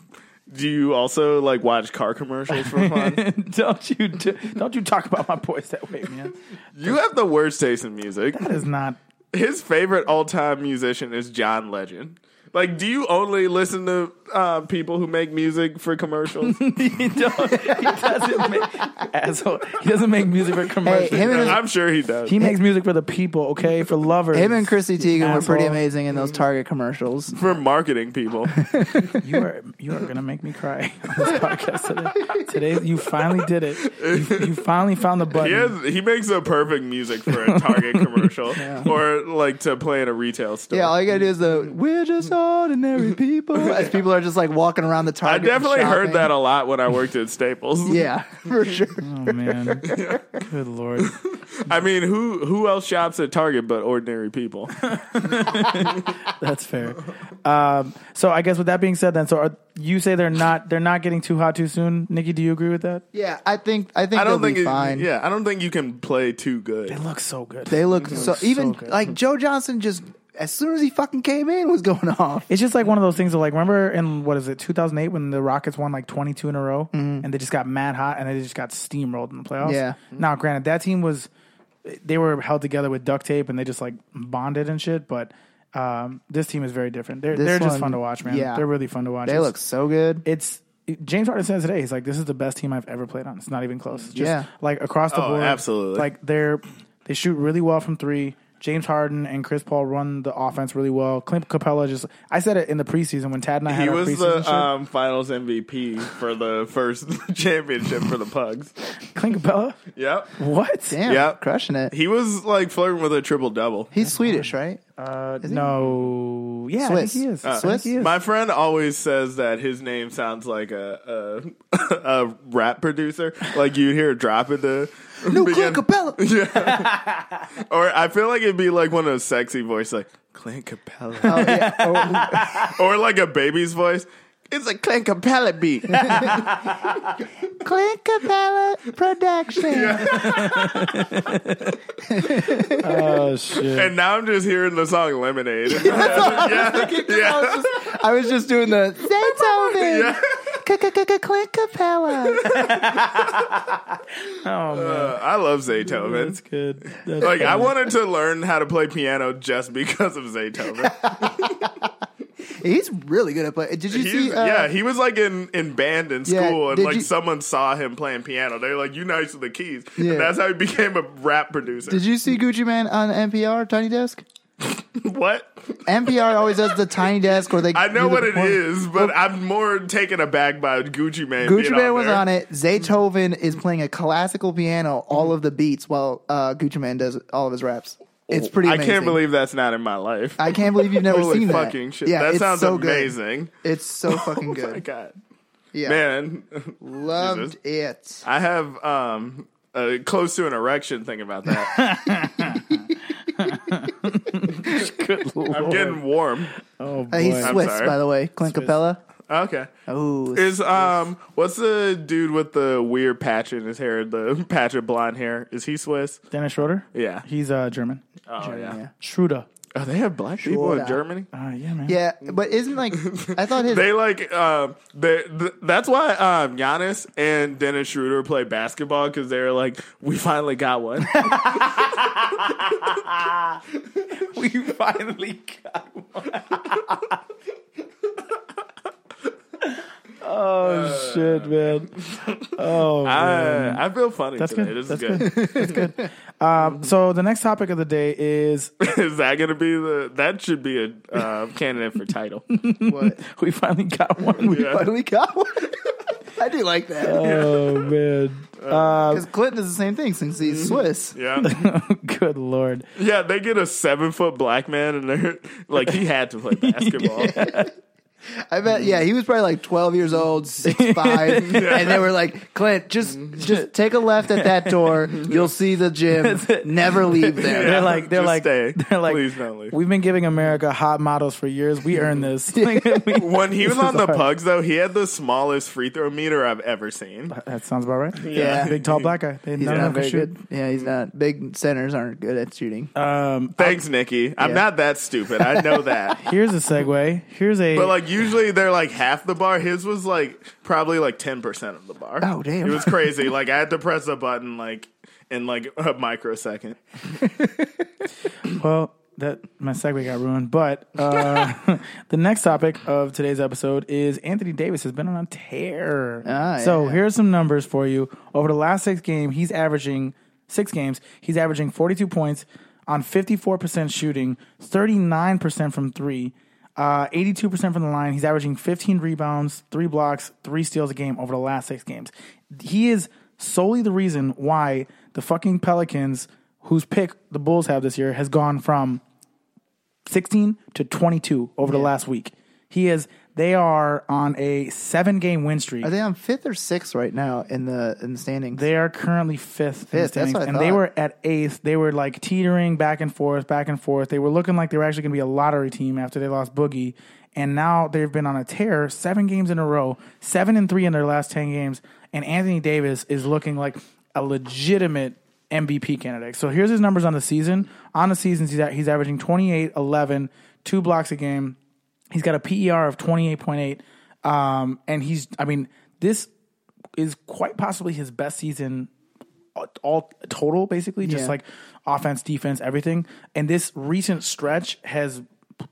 Speaker 3: do you also like watch car commercials for fun?
Speaker 1: don't you do, don't you talk about my boys that way, man?
Speaker 3: you have the worst taste in music.
Speaker 1: That is not.
Speaker 3: His favorite all-time musician is John Legend. Like, do you only listen to uh, people who make music for commercials?
Speaker 1: He, don't, he doesn't make asshole. He doesn't make music for commercials.
Speaker 2: him and-
Speaker 3: I'm sure he does.
Speaker 1: he makes music for the people, okay, for lovers.
Speaker 2: Him and Chrissy Teigen were pretty
Speaker 1: Asshole.
Speaker 2: amazing in those
Speaker 3: Mm-hmm.
Speaker 2: Target commercials.
Speaker 3: for marketing people.
Speaker 1: You are you are gonna make me cry on this podcast today. Today you finally did it. You, you finally found the button.
Speaker 3: He, has, he makes a perfect music for a Target commercial or like to play in a retail store.
Speaker 2: Yeah, all you gotta do is the
Speaker 3: Mm-hmm.
Speaker 2: "We're just ordinary people" as people are just like walking around the
Speaker 3: I
Speaker 2: Target. and
Speaker 3: definitely heard
Speaker 2: shopping.
Speaker 3: that Mm-hmm. a lot when I worked at Staples.
Speaker 2: Yeah, for sure.
Speaker 1: Oh man, good lord!
Speaker 3: I mean, who who else shops at Target but ordinary people?
Speaker 1: That's fair. Um, so I guess with that being said, then, so are, you say they're not they're not getting too hot too soon, Nikki? Do you agree with that?
Speaker 2: Yeah, I think I think
Speaker 3: I don't
Speaker 2: they'll
Speaker 3: think
Speaker 2: be
Speaker 3: it-
Speaker 2: fine.
Speaker 3: yeah, I don't think you can play too good.
Speaker 1: It looks so good.
Speaker 2: They look so even
Speaker 1: good.
Speaker 2: like Joe Johnson just as soon as he fucking came in was going off.
Speaker 1: It's just like one of those things of like, remember in what is it, 2008 when the Rockets won like 22 in a row and they just got mad hot and they just got steamrolled in the playoffs?
Speaker 2: Mm-hmm. Yeah.
Speaker 1: Now, granted, that team was, they were held together with duct tape and they just like bonded and shit, but um, this team is very different. They're,
Speaker 2: This
Speaker 1: they're just
Speaker 2: one-
Speaker 1: fun to watch, man.
Speaker 2: yeah.
Speaker 1: They're really fun to watch.
Speaker 2: They
Speaker 1: It's-
Speaker 2: look so good.
Speaker 1: It's, James Harden says today, he's like, this is the best team I've ever played on. It's not even close. It's just
Speaker 2: Yeah.
Speaker 1: like across the
Speaker 3: Oh,
Speaker 1: board.
Speaker 3: absolutely.
Speaker 1: Like they're, they shoot really well from three. James Harden and Chris Paul run the offense really well. Clint Capella just I said it in the preseason when Tad and I had
Speaker 3: He
Speaker 1: our
Speaker 3: was
Speaker 1: preseason
Speaker 3: the um, Finals MVP for the first championship for the Pugs.
Speaker 1: shit. Clint Capella?
Speaker 3: Yep,
Speaker 1: What?
Speaker 2: Damn,
Speaker 3: yeah.
Speaker 2: crushing it.
Speaker 3: he was like flirting with a triple double.
Speaker 2: He's Swedish, right?
Speaker 1: Uh, no. Yeah,
Speaker 2: Swiss.
Speaker 1: I think he is.
Speaker 2: Uh,
Speaker 1: I think
Speaker 2: Swiss?
Speaker 1: he is.
Speaker 3: My friend always says that his name sounds like a a, a rap producer. Like you hear dropping the
Speaker 2: New
Speaker 3: begin-
Speaker 2: Clint Capella.
Speaker 3: Or I feel like it'd be like one of those sexy voice, like Clint Capella,
Speaker 2: Oh, yeah. Oh,
Speaker 3: or like a baby's voice. It's a Clint Capella beat.
Speaker 2: Oh, Clint Capella production.
Speaker 1: oh shit.
Speaker 3: and now I'm just hearing the song Lemonade.
Speaker 2: I, was just, I was just doing the Beethoven. Clint Capella.
Speaker 1: Oh man.
Speaker 3: Uh, I love Zaytoven.
Speaker 1: That's good. That's
Speaker 3: Like I
Speaker 1: funny.
Speaker 3: wanted to learn how to play piano just because of Zaytoven.
Speaker 2: He's really good at playing. Did you
Speaker 3: He's,
Speaker 2: see? Uh,
Speaker 3: yeah, he was like in, in band in
Speaker 2: Yeah,
Speaker 3: school, and
Speaker 2: did
Speaker 3: like
Speaker 2: you-
Speaker 3: someone saw him playing piano. They're like, "You nice with the keys,"
Speaker 2: Yeah.
Speaker 3: and that's how he became a rap producer.
Speaker 2: Did you see Gucci Man on NPR Tiny Desk?
Speaker 3: what?
Speaker 2: NPR always does the Tiny Desk where they.
Speaker 3: I know
Speaker 2: do the
Speaker 3: what it
Speaker 2: performance.
Speaker 3: is, but I'm more taken aback by Gucci Man.
Speaker 2: Gucci
Speaker 3: being
Speaker 2: Man was
Speaker 3: there.
Speaker 2: on it. Zaytoven is playing a classical piano, all of the beats, while uh, Gucci Man does all of his raps. It's pretty.
Speaker 3: Oh, I
Speaker 2: Amazing.
Speaker 3: can't believe that's not in my life.
Speaker 2: I can't believe you've never
Speaker 3: Holy
Speaker 2: seen that.
Speaker 3: fucking shit!
Speaker 2: Yeah,
Speaker 3: that
Speaker 2: it's
Speaker 3: sounds
Speaker 2: so good.
Speaker 3: amazing. Oh
Speaker 2: It's so fucking
Speaker 3: My
Speaker 2: good.
Speaker 3: God,
Speaker 2: yeah,
Speaker 3: man,
Speaker 2: loved it.
Speaker 3: I have um uh, close to an erection thinking about that. I'm getting warm.
Speaker 1: Oh boy.
Speaker 2: Uh, he's
Speaker 3: I'm
Speaker 2: Swiss,
Speaker 3: sorry.
Speaker 2: by the way. Clint Capella.
Speaker 3: Okay.
Speaker 2: Oh,
Speaker 3: Is um what's the dude with the weird patch in his hair, the patch of blonde hair? Is he Swiss?
Speaker 1: Dennis Schroeder?
Speaker 3: Yeah.
Speaker 1: He's uh German.
Speaker 3: Oh
Speaker 2: yeah.
Speaker 1: Schroeder.
Speaker 3: Oh, they have black people in
Speaker 2: Sure.
Speaker 3: Germany.
Speaker 1: Uh, yeah, man.
Speaker 2: yeah, but isn't like I thought his.
Speaker 3: They like um they th- that's why um Giannis and Dennis Schroeder play basketball because they're like we finally got one.
Speaker 1: Oh, We finally got one. oh
Speaker 3: Uh,
Speaker 1: shit, man. Oh
Speaker 3: I, I feel funny today.
Speaker 1: good.
Speaker 3: This
Speaker 1: That's
Speaker 3: is good.
Speaker 1: So the next topic of the day is
Speaker 3: is that gonna be the that should be a uh, candidate for title?
Speaker 2: what?
Speaker 1: we finally got one.
Speaker 3: Yeah.
Speaker 2: Finally got one. Uh, I do like that
Speaker 1: Oh man.
Speaker 2: because Clinton is the same thing since he's Swiss.
Speaker 3: Yeah,
Speaker 1: Good lord.
Speaker 3: yeah. They get a seven foot black man, and they're like he had to play basketball.
Speaker 2: I bet. Yeah, he was probably like twelve years old, six five, and they were like, "Clint, just just take a left at that door. You'll see the gym. Never leave there."
Speaker 1: They're like they're
Speaker 3: Just
Speaker 1: like
Speaker 3: stay.
Speaker 1: they're like
Speaker 3: Please don't leave.
Speaker 1: we've been giving America hot models for years. We earned this. Like, we-
Speaker 3: When he was
Speaker 1: This
Speaker 3: on
Speaker 1: is
Speaker 3: the
Speaker 1: hard.
Speaker 3: pugs, though, he had the smallest free throw meter I've ever seen.
Speaker 1: that sounds about right.
Speaker 2: Yeah.
Speaker 1: Big tall black guy. They,
Speaker 2: He's
Speaker 1: none of
Speaker 2: not
Speaker 1: them can
Speaker 2: very
Speaker 1: shoot.
Speaker 2: good. Yeah, he's not. Big centers aren't good at shooting.
Speaker 1: Um,
Speaker 3: Thanks, Nikki. I'm
Speaker 2: Yeah.
Speaker 3: not that stupid. I know that.
Speaker 1: here's a segue. Here's a
Speaker 3: But like usually they're like half the bar. His was like probably like ten percent of the bar.
Speaker 2: Oh, damn.
Speaker 3: It was crazy. like I had to press a button like in like a microsecond.
Speaker 1: Well, that my segue got ruined. But uh, the next topic of today's episode is Anthony Davis has been on a tear.
Speaker 2: Ah, yeah,
Speaker 1: so
Speaker 2: yeah.
Speaker 1: here's some numbers for you. Over the last six games, he's averaging six games. He's averaging 42 points on 54 percent shooting, 39 percent from three. Uh, 82% from the line. He's averaging 15 rebounds, three blocks, three steals a game over the last six games. He is solely the reason why the fucking Pelicans, whose pick the Bulls have this year, has gone from 16 to 22 over the last week. He is. They are on a seven game win streak.
Speaker 2: Are they on fifth or sixth right now in the in the standings?
Speaker 1: They are currently fifth. in the
Speaker 2: Fifth, that's
Speaker 1: standings,
Speaker 2: what I
Speaker 1: and they
Speaker 2: thought.
Speaker 1: were at eighth. They were like teetering back and forth, back and forth. They were looking like they were actually going to be a lottery team after they lost Boogie. And now they've been on a tear, seven games in a row, seven and three in their last 10 games. And Anthony Davis is looking like a legitimate MVP candidate. So here's his numbers on the season. On the seasons, he's, at, he's averaging 28, 11, two blocks a game. He's got a PER of 28.8. Um, and he's, I mean, this is quite possibly his best season uh, all total basically just
Speaker 2: Yeah.
Speaker 1: like offense defense everything and this recent stretch has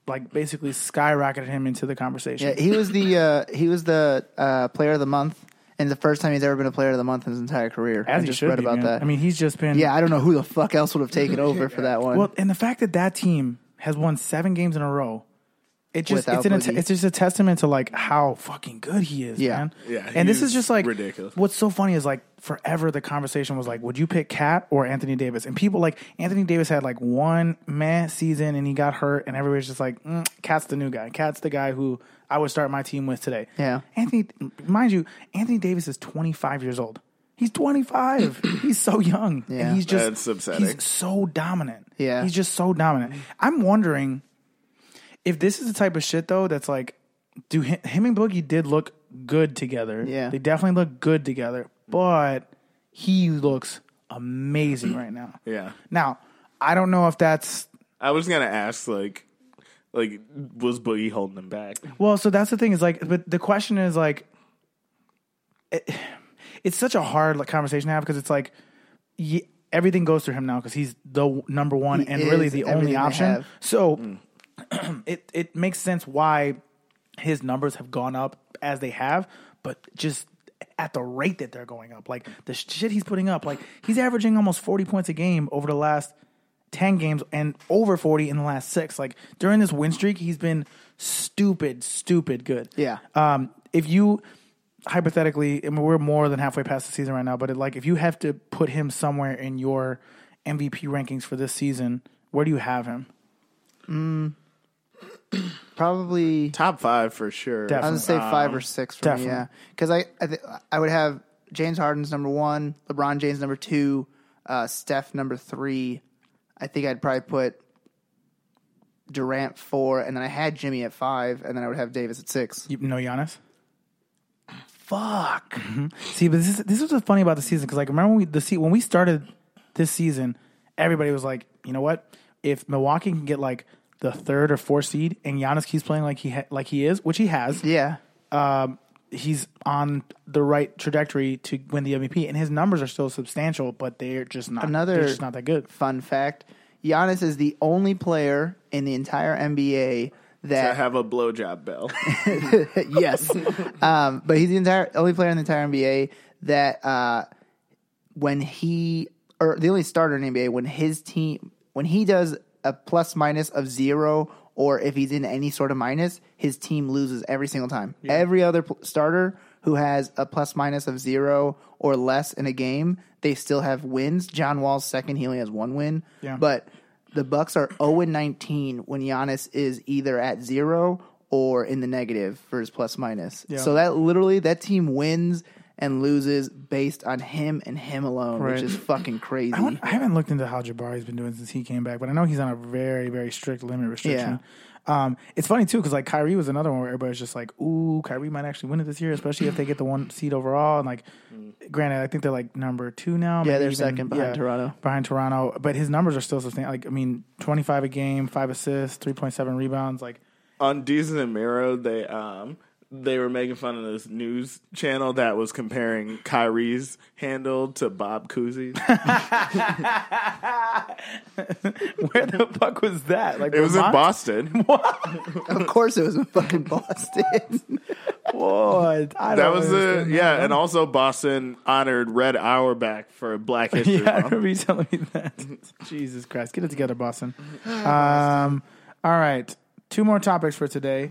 Speaker 1: like basically skyrocketed him into the conversation
Speaker 2: Yeah, he was the uh, he was the uh, player of the month, and the first time he's ever been a player of the month in his entire career.
Speaker 1: as
Speaker 2: I
Speaker 1: he
Speaker 2: just
Speaker 1: should
Speaker 2: read
Speaker 1: be,
Speaker 2: about
Speaker 1: man.
Speaker 2: that.
Speaker 1: i mean he's just been
Speaker 2: yeah, I don't know who the fuck else would have taken over for that one.
Speaker 1: well and the fact that that team has won seven games in a row it just
Speaker 2: Without
Speaker 1: it's, an,
Speaker 2: Boogie.
Speaker 1: it's just a testament to like how fucking good he is
Speaker 2: Yeah.
Speaker 1: man
Speaker 3: Yeah,
Speaker 1: and this is
Speaker 3: he's
Speaker 1: just like
Speaker 3: ridiculous.
Speaker 1: what's so funny is like forever the conversation was like would you pick Cat or Anthony Davis and people like Anthony Davis had like one meh season and he got hurt and everybody's just like mm, Cat's the new guy Cat's the guy who I would start my team with today
Speaker 2: Yeah.
Speaker 1: Anthony mind you Anthony Davis is 25 years old he's 25 he's so young
Speaker 2: Yeah.
Speaker 1: and he's just
Speaker 3: That's upsetting.
Speaker 1: he's so dominant
Speaker 2: Yeah.
Speaker 1: he's just so dominant I'm wondering if this is the type of shit though that's like do him, him and Boogie did look good together.
Speaker 2: Yeah.
Speaker 1: They definitely look good together, but he looks amazing right now.
Speaker 3: Yeah.
Speaker 1: Now, I don't know if that's
Speaker 3: I was gonna ask like like was Boogie holding him back?
Speaker 1: well, so that's the thing is like but the question is like it- it's such a hard like conversation to have because it's like ye- everything goes through him now because he's the number one
Speaker 2: He
Speaker 1: and really
Speaker 2: is
Speaker 1: the
Speaker 2: everything
Speaker 1: only
Speaker 2: they
Speaker 1: option.
Speaker 2: have. Mm.
Speaker 1: So it it makes sense why his numbers have gone up as they have, but just at the rate that they're going up, like the shit he's putting up, like he's averaging almost forty points a game over the last ten games and over forty in the last six. Like during this win streak, he's been stupid, stupid good.
Speaker 2: Yeah.
Speaker 1: Um, if you hypothetically, I mean, we're more than halfway past the season right now, but it, like if you have to put him somewhere in your MVP rankings for this season, where do you have him?
Speaker 2: Probably
Speaker 3: Top five for sure.
Speaker 1: Definitely.
Speaker 2: I would say five or six for
Speaker 1: um, Definitely.
Speaker 2: me. Yeah, because I I, th- I would have James Harden's number one, LeBron James number two, uh, Steph number three. I think I'd probably put Durant four, and then I had Jimmy at five, and then I would have Davis at six.
Speaker 1: You know Giannis? Mm-hmm.
Speaker 2: Fuck.
Speaker 1: See, but this is this is what's funny about the season because like remember when we the se- when we started this season, everybody was like, you know what? If Milwaukee can get like the third or fourth seed and Giannis keeps playing like he ha- like he is, which he has, um,
Speaker 2: Yeah.
Speaker 1: he's on the right trajectory to win the MVP, and his numbers are still substantial, but they're just not
Speaker 2: Another-
Speaker 1: they're just not that good.
Speaker 2: Fun fact: Giannis is the only player in the entire NBA
Speaker 3: I
Speaker 2: that
Speaker 3: have a blowjob bell.
Speaker 2: yes. Um, but he's the entire only player in the entire NBA that uh, when he or the only starter in the NBA when his team when he does a plus minus of zero or if he's in any sort of minus, his team loses every single time. Every other pl- starter who has a plus minus of zero or less in a game, they still have wins. John Wall's second, he only has one win.
Speaker 1: Yeah.
Speaker 2: But the Bucks are 0 and 19 when Giannis is either at zero or in the negative for his plus minus. So that literally that team wins and loses based on him and him alone,
Speaker 1: Right.
Speaker 2: which is fucking crazy.
Speaker 1: I, want, I haven't looked into how Jabari's been doing since he came back, but I know he's on a very, very strict limit restriction. Um, it's funny too because like Kyrie was another one where everybody's just like, "Ooh, Kyrie might actually win it this year, especially if they get the one seed overall." And like, granted, I think they're like number two now. maybe
Speaker 2: Mm. they're second behind Toronto.
Speaker 1: Behind Toronto, but his numbers are still substantial. Like, I mean, twenty five a game, five assists, three point seven rebounds. Like,
Speaker 3: on Deez and Miro, they um they were making fun of this news channel that was comparing Kyrie's handle to Bob Cousy's.
Speaker 1: where the fuck was that? Like,
Speaker 3: It was in
Speaker 1: Vermont?
Speaker 3: Boston.
Speaker 2: of course it was in fucking Boston.
Speaker 1: Boy, I don't
Speaker 3: That was
Speaker 1: understand
Speaker 3: it.
Speaker 1: that.
Speaker 3: Yeah, and also Boston honored Red Auerbach for Black History
Speaker 1: Yeah, I
Speaker 3: Month.
Speaker 1: remember you telling me that. Jesus Christ, get it together, Boston. Um, all right, two more topics for today.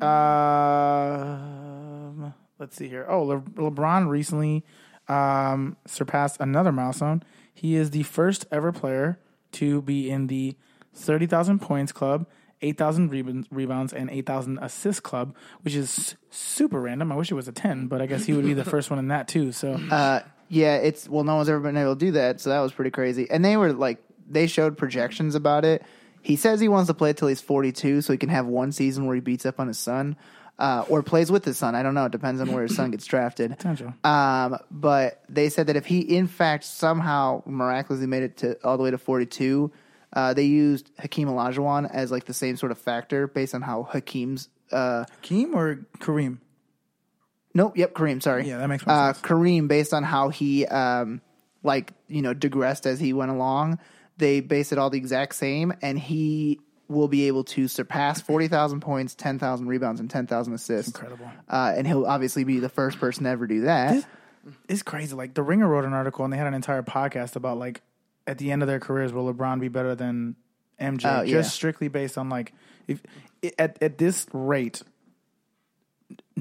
Speaker 1: Um, let's see here. Oh, Le- LeBron recently um, surpassed another milestone. He is the first ever player to be in the thirty thousand points club 8,000 rebounds, rebounds and 8,000 assist club, which is super random. I wish it was a 10, but I guess he would be the first one in that too. So
Speaker 2: Uh, yeah, it's well, no one's ever been able to do that, so that was pretty crazy. And they were like, they showed projections about it. He says he wants to play till he's 42, so he can have one season where he beats up on his son, uh, or plays with his son. I don't know. It depends on where his son gets drafted.
Speaker 1: Potential.
Speaker 2: Um, but they said that if he, in fact, somehow miraculously made it to all the way to 42, uh, they used Hakeem Olajuwon as like the same sort of factor based on how Hakeem's. Uh,
Speaker 1: Keem or Kareem?
Speaker 2: Nope. Yep. Kareem. Sorry.
Speaker 1: Yeah, that makes more
Speaker 2: uh, Kareem, based on how he, um, like you know, digressed as he went along, they based it all the exact same, and he will be able to surpass forty thousand points, ten thousand rebounds, and ten thousand assists.
Speaker 1: Incredible.
Speaker 2: Uh, and he'll obviously be the first person to ever do that.
Speaker 1: It's crazy. Like the Ringer wrote an article and they had an entire podcast about like at the end of their careers, will LeBron be better than MJ?
Speaker 2: Oh, yeah.
Speaker 1: Just strictly based on like if at at this rate,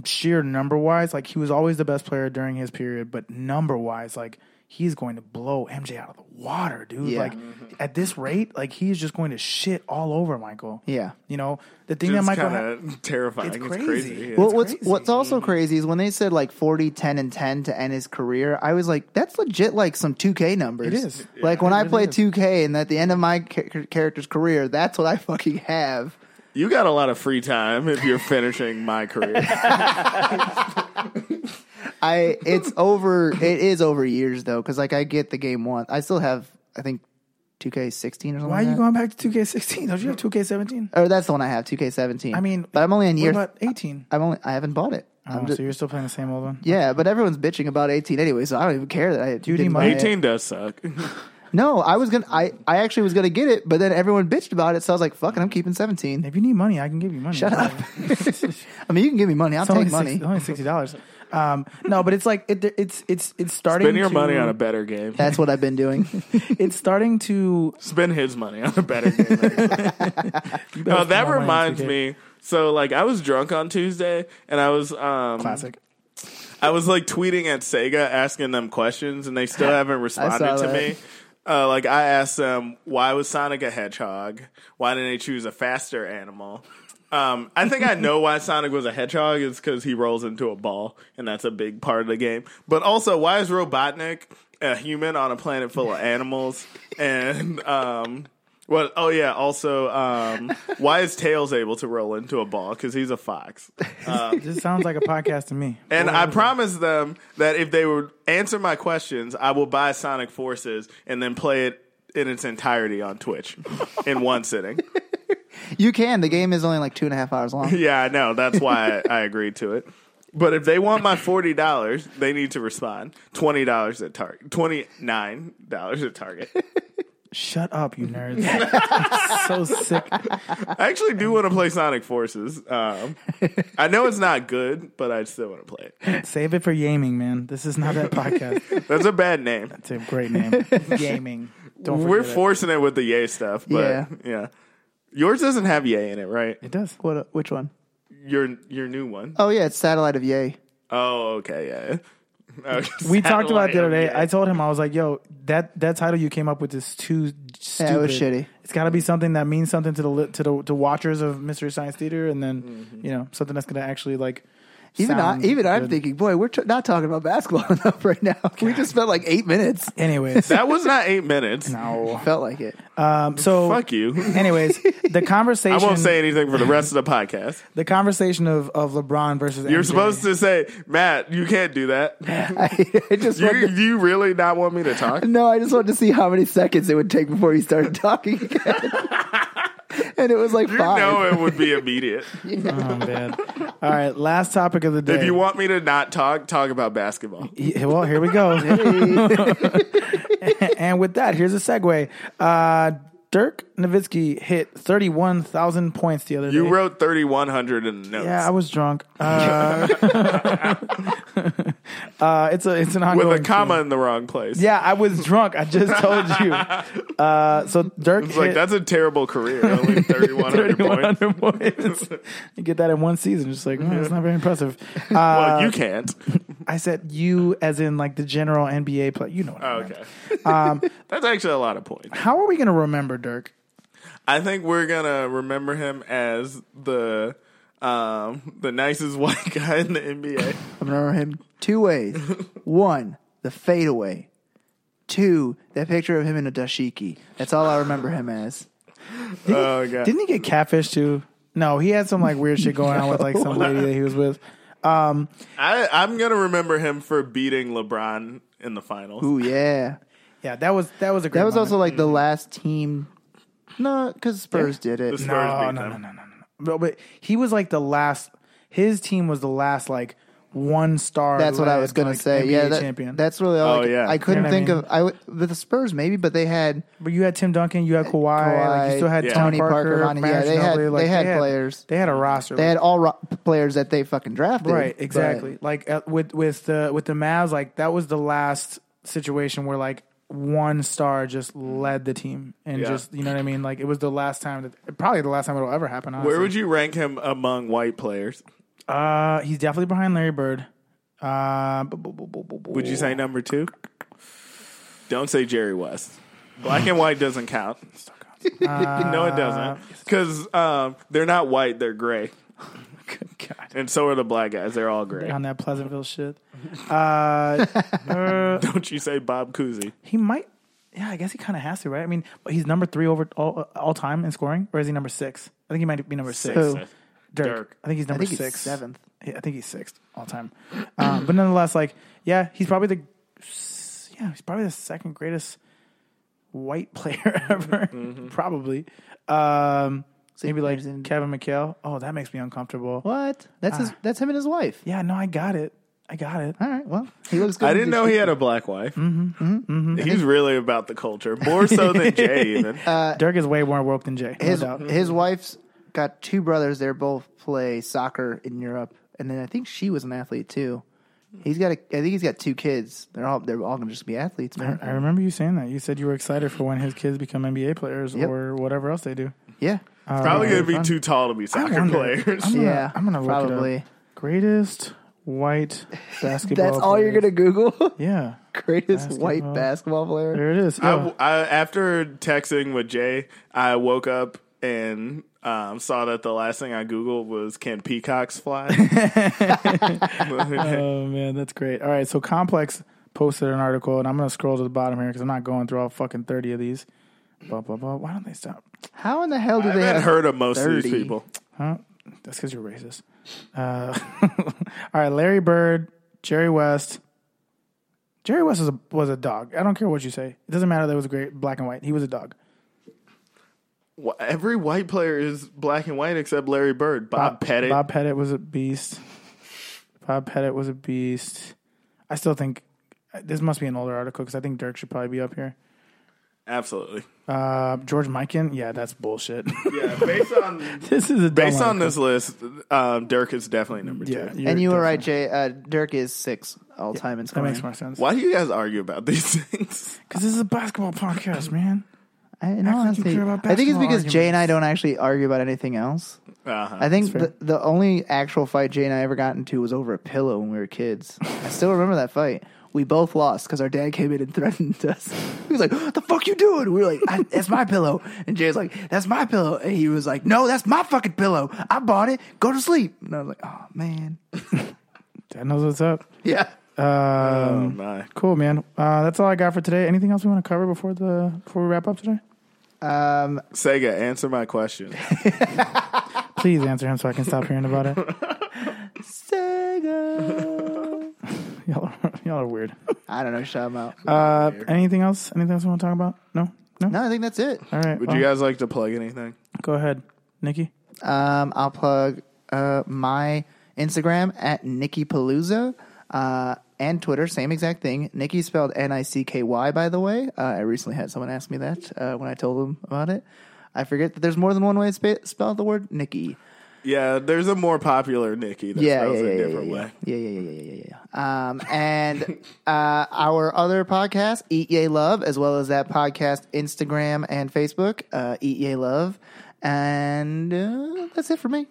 Speaker 1: sheer number wise, like he was always the best player during his period, but number wise, like he's going to blow MJ out of the water, dude.
Speaker 2: Yeah.
Speaker 1: Like at this rate, like he's just going to shit all over Michael.
Speaker 2: Yeah.
Speaker 1: You know, the thing that
Speaker 3: It's
Speaker 1: Michael
Speaker 3: kind of terrifying.
Speaker 1: It's
Speaker 3: It's
Speaker 1: crazy.
Speaker 3: crazy. Yeah.
Speaker 2: Well, what's
Speaker 1: crazy.
Speaker 2: what's also crazy is when they said like 40, 10, and 10 to end his career, I was like, that's legit like some 2K numbers.
Speaker 1: It is.
Speaker 2: Like when I
Speaker 1: really
Speaker 2: play
Speaker 1: is.
Speaker 2: 2K and at the end of my ca- character's career, that's what I fucking have.
Speaker 3: you got a lot of free time if you're finishing my career.
Speaker 2: I it's over. It is over years though, because like I get the game one. I still have I think 2K16 or something.
Speaker 1: why are you going back to 2K16? Don't you have 2K17?
Speaker 2: Or that's the one I have 2K17.
Speaker 1: I mean,
Speaker 2: but I'm only in
Speaker 1: What
Speaker 2: year.
Speaker 1: about 18?
Speaker 2: I'm only. I haven't bought it.
Speaker 1: Oh,
Speaker 2: I'm just,
Speaker 1: so you're still playing the same old one?
Speaker 2: yeah, but everyone's bitching about 18 anyway, so I don't even care that I
Speaker 1: he
Speaker 2: didn't buy
Speaker 1: might-
Speaker 2: it.
Speaker 3: 18 does suck.
Speaker 2: No, I was gonna. I I actually was gonna get it, but then everyone bitched about it, so I was like, "Fuck it, I'm keeping 17."
Speaker 1: If you need money, I can give you money.
Speaker 2: Shut up. I mean, you can give me money. I'll
Speaker 1: It's only
Speaker 2: take money.
Speaker 1: six- only sixty dollars. Um, no, but it's like it, it's it's it's starting.
Speaker 3: Spend your
Speaker 1: to-
Speaker 3: money on a better game.
Speaker 2: That's what I've been doing.
Speaker 1: It's starting to.
Speaker 3: Spend his money on a better game. no, that
Speaker 1: more money on
Speaker 3: reminds
Speaker 1: 2K.
Speaker 3: me. So, like, I was drunk on Tuesday, and I was um,
Speaker 1: Classic.
Speaker 3: I was like tweeting at Sega asking them questions, and they still haven't responded to
Speaker 2: that.
Speaker 3: me. Uh, like I asked them, why was Sonic a hedgehog? Why didn't they choose a faster animal? Um, I think I know why Sonic was a hedgehog is because he rolls into a ball, and that's a big part of the game. But also, why is Robotnik a human on a planet full of animals? And um, what? Oh yeah. Also, um, why is Tails able to roll into a ball? Because he's a fox.
Speaker 1: This sounds like a podcast to me.
Speaker 3: And I promised them that if they would answer my questions, I will buy Sonic Forces and then play it in its entirety on Twitch in one sitting.
Speaker 2: you can. The game is only like two and a half hours long.
Speaker 3: Yeah, I know. That's why I, I agreed to it. But if they want my forty dollars, they need to respond. Twenty dollars at Target. Twenty nine dollars at Target.
Speaker 1: Shut up, you nerds. so sick.
Speaker 3: I actually do want to play Sonic Forces. Um, I know it's not good, but I still want to play it.
Speaker 1: Save it for gaming, man. This is not that podcast.
Speaker 3: That's a bad name.
Speaker 1: It's a great name. Gaming. Don't forget
Speaker 3: We're
Speaker 1: it.
Speaker 3: forcing it with the yay stuff, but
Speaker 2: Yeah.
Speaker 3: yeah. Yours doesn't have yay in it, right?
Speaker 1: It does.
Speaker 2: What? Which one?
Speaker 3: Your your new one.
Speaker 1: Uh,
Speaker 2: Oh yeah, it's Satellite of Yay.
Speaker 3: Oh, okay, yeah. Uh,
Speaker 1: We talked about it the other day.
Speaker 3: satellite,
Speaker 1: I told him I was like, "Yo, that that title you came up with is too stupid.
Speaker 2: Yeah, it was shitty.
Speaker 1: It's got to be something that means something to the li- to the to watchers of Mystery Science Theater, and then
Speaker 3: Mm-hmm.
Speaker 1: you know something that's gonna actually like
Speaker 2: Even I,
Speaker 1: sound
Speaker 2: even I'm
Speaker 1: good.
Speaker 2: thinking, boy, we're t- not talking about basketball enough right now. We just spent like eight minutes.
Speaker 1: Anyways,
Speaker 3: that was not eight minutes.
Speaker 1: no.
Speaker 2: Felt like it.
Speaker 1: Um, so,
Speaker 3: Fuck you.
Speaker 1: anyways, the
Speaker 3: I
Speaker 1: conversation.
Speaker 3: won't say anything for the rest of the podcast.
Speaker 1: the conversation of of LeBron versus
Speaker 3: You're
Speaker 1: MJ.
Speaker 3: supposed to say, Matt, you can't do that.
Speaker 2: I, I just
Speaker 3: You,
Speaker 2: wanted
Speaker 3: you really not want me to talk?
Speaker 2: to, no, I just wanted to see how many seconds it would take before he started talking again. and it was like
Speaker 3: You
Speaker 2: five.
Speaker 3: know it would be immediate.
Speaker 1: Oh, man. All right, last topic of the day.
Speaker 3: If you want me to not talk, talk about basketball.
Speaker 1: Yeah, well, here we go. and with that, here's a segue. Uh, Dirk Nowitzki hit 31,000 points the other
Speaker 3: You
Speaker 1: day.
Speaker 3: wrote 3,100 in the notes.
Speaker 1: yeah, I was drunk. Uh, uh, it's a it's an ongoing
Speaker 3: with a
Speaker 1: thing.
Speaker 3: comma in the wrong place.
Speaker 1: Yeah, I was drunk. I just told you. Uh, so Dirk
Speaker 3: It's
Speaker 1: hit
Speaker 3: like, that's a terrible career. Only 3,100 points.
Speaker 1: 3,100 points. you get that in one season. Just like, no, it's not very impressive. Uh,
Speaker 3: Well, you can't.
Speaker 1: I said you as in like the general
Speaker 3: Oh.
Speaker 1: NBA player. You know what I mean.
Speaker 3: Okay. That's actually a lot of points.
Speaker 1: How are we going to remember Dirk?
Speaker 3: I think we're gonna remember him as the um, the nicest white guy in the NBA.
Speaker 2: I'm gonna remember him two ways. One, the fadeaway. Two, that picture of him in a dashiki. That's all I remember him as.
Speaker 3: oh god,
Speaker 1: Didn't he get catfish too? No, he had some like weird shit going on with like some lady that he was with.
Speaker 3: I, I'm gonna remember him for beating LeBron in the finals.
Speaker 2: Ooh yeah,
Speaker 1: Yeah, that was that was a great
Speaker 2: that was
Speaker 1: moment.
Speaker 2: also like the last team. No, because Spurs did
Speaker 3: The
Speaker 2: it.
Speaker 3: Spurs
Speaker 1: no,
Speaker 3: beat
Speaker 1: no, no, no,
Speaker 3: them.
Speaker 1: no, no, no. But, but he was like the last. His team was the last like one star.
Speaker 2: That's what I was gonna
Speaker 1: like,
Speaker 2: say.
Speaker 1: NBA
Speaker 2: yeah, that-
Speaker 1: champion.
Speaker 2: that's really all.
Speaker 3: Oh,
Speaker 2: like,
Speaker 3: yeah.
Speaker 2: I couldn't
Speaker 1: You know what I
Speaker 2: think
Speaker 1: mean?
Speaker 2: of I w- with the Spurs maybe, but they had
Speaker 1: But you had Tim Duncan, you had Kawhi, like you
Speaker 2: Kawhi,
Speaker 1: still had
Speaker 3: yeah.
Speaker 1: Tony
Speaker 2: Tony Parker,
Speaker 1: Parker.
Speaker 2: Lonnie-
Speaker 1: Manu
Speaker 2: yeah, they had-
Speaker 1: Ginobili,
Speaker 2: they had players.
Speaker 1: They had a roster.
Speaker 2: they had all ro- players that they fucking drafted.
Speaker 1: right,
Speaker 2: but-
Speaker 1: exactly. Like uh, with with the with the Mavs, like that was the last situation where like one star just led the team and
Speaker 3: Yeah.
Speaker 1: just you know what I mean. Like it was the last time that probably the last time it'll ever happen. Honestly.
Speaker 3: Where would you rank him among white players?
Speaker 1: Uh, he's definitely behind Larry Bird. Uh, bu- bu- bu- bu- bu- bu-
Speaker 3: Would you say number two? Don't say Jerry West. Black and white doesn't count. no, it
Speaker 1: Uh,
Speaker 3: doesn't. Because um, they're not white; they're gray,
Speaker 1: Good God.
Speaker 3: and so are the black guys. They're all gray.
Speaker 1: on that Pleasantville shit? Uh, uh,
Speaker 3: Don't you say Bob Cousy?
Speaker 1: he might. Yeah, I guess he kind of has to, right? I mean, but he's number three over all all time in scoring, or is he number six? I think he might be number six.
Speaker 2: Who?
Speaker 1: Dirk.
Speaker 3: Dirk.
Speaker 1: I think he's
Speaker 2: I
Speaker 1: number
Speaker 2: think
Speaker 1: six.
Speaker 2: it's seventh.
Speaker 1: Yeah, I think he's sixth all time. Um, but nonetheless, like, yeah, he's probably the s- yeah, he's probably the second greatest white player ever, probably. Um, maybe like
Speaker 2: comparison-
Speaker 1: Kevin McHale. Oh, that makes me uncomfortable.
Speaker 2: What? That's his. That's him and his wife.
Speaker 1: Yeah, no, I got it. I got it.
Speaker 2: Ah. All right. Well, he looks good.
Speaker 3: I
Speaker 2: in
Speaker 3: didn't know he
Speaker 2: Dashiki.
Speaker 3: had a black wife. Mm-hmm, Uh, He's really about the culture, more so than Jay. Even
Speaker 1: Dirk is way more woke than Jay. No
Speaker 2: Uh, his
Speaker 1: doubt.
Speaker 2: his wife's got two brothers. They both play soccer in Europe, and then I think she was an athlete too. He's got a, I think he's got two kids. They're all they're all gonna just be athletes, man.
Speaker 1: I remember you saying that. You said you were excited for when his kids become NBA players
Speaker 2: Yep.
Speaker 1: or whatever else they do.
Speaker 2: Yeah,
Speaker 3: probably
Speaker 2: yeah,
Speaker 3: gonna be
Speaker 2: fun.
Speaker 3: too tall to be soccer
Speaker 1: wonder.
Speaker 3: players.
Speaker 1: I'm gonna-
Speaker 2: yeah.
Speaker 1: I'm gonna look it up.
Speaker 2: probably.
Speaker 1: Greatest white basketball.
Speaker 2: That's all you're
Speaker 1: players.
Speaker 2: gonna Google.
Speaker 1: Yeah,
Speaker 2: Greatest white
Speaker 1: Basketball.
Speaker 2: basketball player.
Speaker 1: there it is.
Speaker 3: I
Speaker 1: Yeah.
Speaker 3: w I after texting with Jay, I woke up and um, saw that the last thing I googled was "Can peacocks fly?"
Speaker 1: oh man, that's great. All right, so Complex posted an article, and I'm gonna scroll to the bottom here because I'm not going through all fucking thirty of these. Blah blah blah. Why don't they stop?
Speaker 2: How in the hell do
Speaker 3: I
Speaker 2: they
Speaker 3: haven't
Speaker 2: have
Speaker 3: heard of most of
Speaker 2: 30?
Speaker 3: these people.
Speaker 1: Huh? That's because you're racist. Uh, all right, Larry Bird, Jerry West. Jerry West was a was a dog. I don't care what you say. It doesn't matter that it was great black and white. He was a dog.
Speaker 3: Wh- Every white player is black and white except Larry Bird. Bob, Pettit.
Speaker 1: Bob Pettit was a beast. Bob Pettit was a beast. I still think uh, this must be an older article because I think Dirk should probably be up here.
Speaker 3: Absolutely.
Speaker 1: Uh, George Mikan, yeah, that's bullshit.
Speaker 3: Yeah, based on
Speaker 1: this is a dumb
Speaker 3: based
Speaker 1: article.
Speaker 3: on this list, um, Dirk is definitely number two.
Speaker 1: Yeah,
Speaker 2: And you
Speaker 1: were
Speaker 2: were right, Jay. Uh, Dirk is six all time in
Speaker 1: That
Speaker 2: scoring.
Speaker 1: makes more sense.
Speaker 3: Why do you guys argue about these things?
Speaker 1: Because this is a basketball podcast, man.
Speaker 2: I, in
Speaker 1: Act
Speaker 2: all
Speaker 1: like you
Speaker 2: honesty,
Speaker 1: care about
Speaker 2: I think it's
Speaker 1: basketball
Speaker 2: because Jay and I don't actually argue about anything else.
Speaker 3: Uh-huh.
Speaker 2: I think
Speaker 1: fair.
Speaker 2: the, the only actual fight Jay and I ever got into was over a pillow when we were kids. I still remember that fight. We both lost because our dad came in and threatened us. He was like, "What the fuck you doing?" We were like, I, "That's my pillow," and Jay was like, "That's my pillow," and he was like, "No, that's my fucking pillow. I bought it. Go to sleep." And I was like, "Oh man,
Speaker 1: Dad knows what's up. Um,
Speaker 2: yeah." um,
Speaker 3: oh my.
Speaker 1: Cool, man. Uh, that's all I got for today. Anything else we want to cover before the before we wrap up today?
Speaker 2: Um,
Speaker 3: Sega, answer my question.
Speaker 1: Please answer him so I can stop hearing about it.
Speaker 2: Sega.
Speaker 1: Y'all are, y'all are weird.
Speaker 2: I don't know. Shout him out.
Speaker 1: Uh, anything else? Anything else we want to talk about? No, no.
Speaker 2: no, I think that's it.
Speaker 1: All right.
Speaker 3: Would
Speaker 1: well,
Speaker 3: you guys like to plug anything?
Speaker 1: go ahead, Nikki.
Speaker 2: Um, I'll plug uh, my Instagram at Nikki Palooza uh, and Twitter, same exact thing. Nikki spelled N I C K Y, by the way. Uh, I recently had someone ask me that uh, when I told them about it. I forget that there's more than one way to sp- spell the word Nikki.
Speaker 3: Yeah, there's a more popular Nikki that
Speaker 2: Yeah, yeah,
Speaker 3: spells
Speaker 2: yeah,
Speaker 3: it a
Speaker 2: yeah,
Speaker 3: different
Speaker 2: yeah,
Speaker 3: way.
Speaker 2: yeah. yeah, yeah, yeah, yeah, yeah, yeah. Um, and uh, our other podcast, Eat Yay Love, as well as that podcast, Instagram and Facebook, uh, Eat Yay Love, and uh, that's it for me.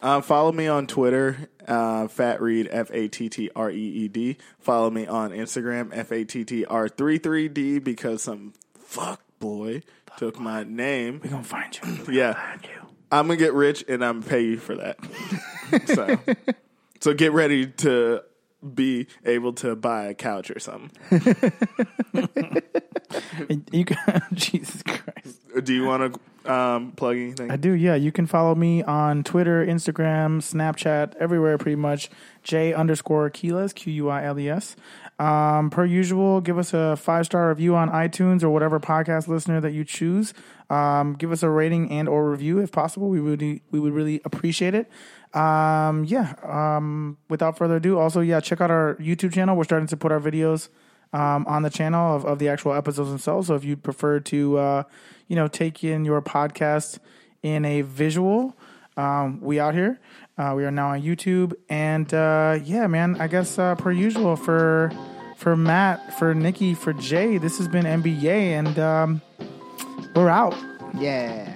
Speaker 3: Um, follow me on Twitter, uh, Fat Reed, F A T T R E E D. Follow me on Instagram, F A T T R 33D, because some fuck boy took my name.
Speaker 1: We're gonna find you.
Speaker 3: Yeah. I'm gonna get rich and I'm gonna pay you for that. so, so get ready to be able to buy a couch or something.
Speaker 1: And you can, Jesus Christ.
Speaker 3: Do you want to um, plug anything?
Speaker 1: I do, yeah. You can follow me on Twitter, Instagram, Snapchat, everywhere pretty much. J underscore Keyless, Q U I L E S. Um, per usual, give us a five star review on iTunes or whatever podcast listener that you choose. Um, give us a rating and or review if possible. We would we would really appreciate it. Um, yeah. Um, without further ado, also yeah, check out our YouTube channel. We're starting to put our videos um, on the channel of, of the actual episodes themselves. So if you prefer to, uh, you know, take in your podcast in a visual, um, we out here. Uh, we are now on YouTube, and uh, yeah, man. I guess uh, per usual for for Matt, for Nikki, for Jay. This has been NBA, and um, we're out.
Speaker 2: Yeah.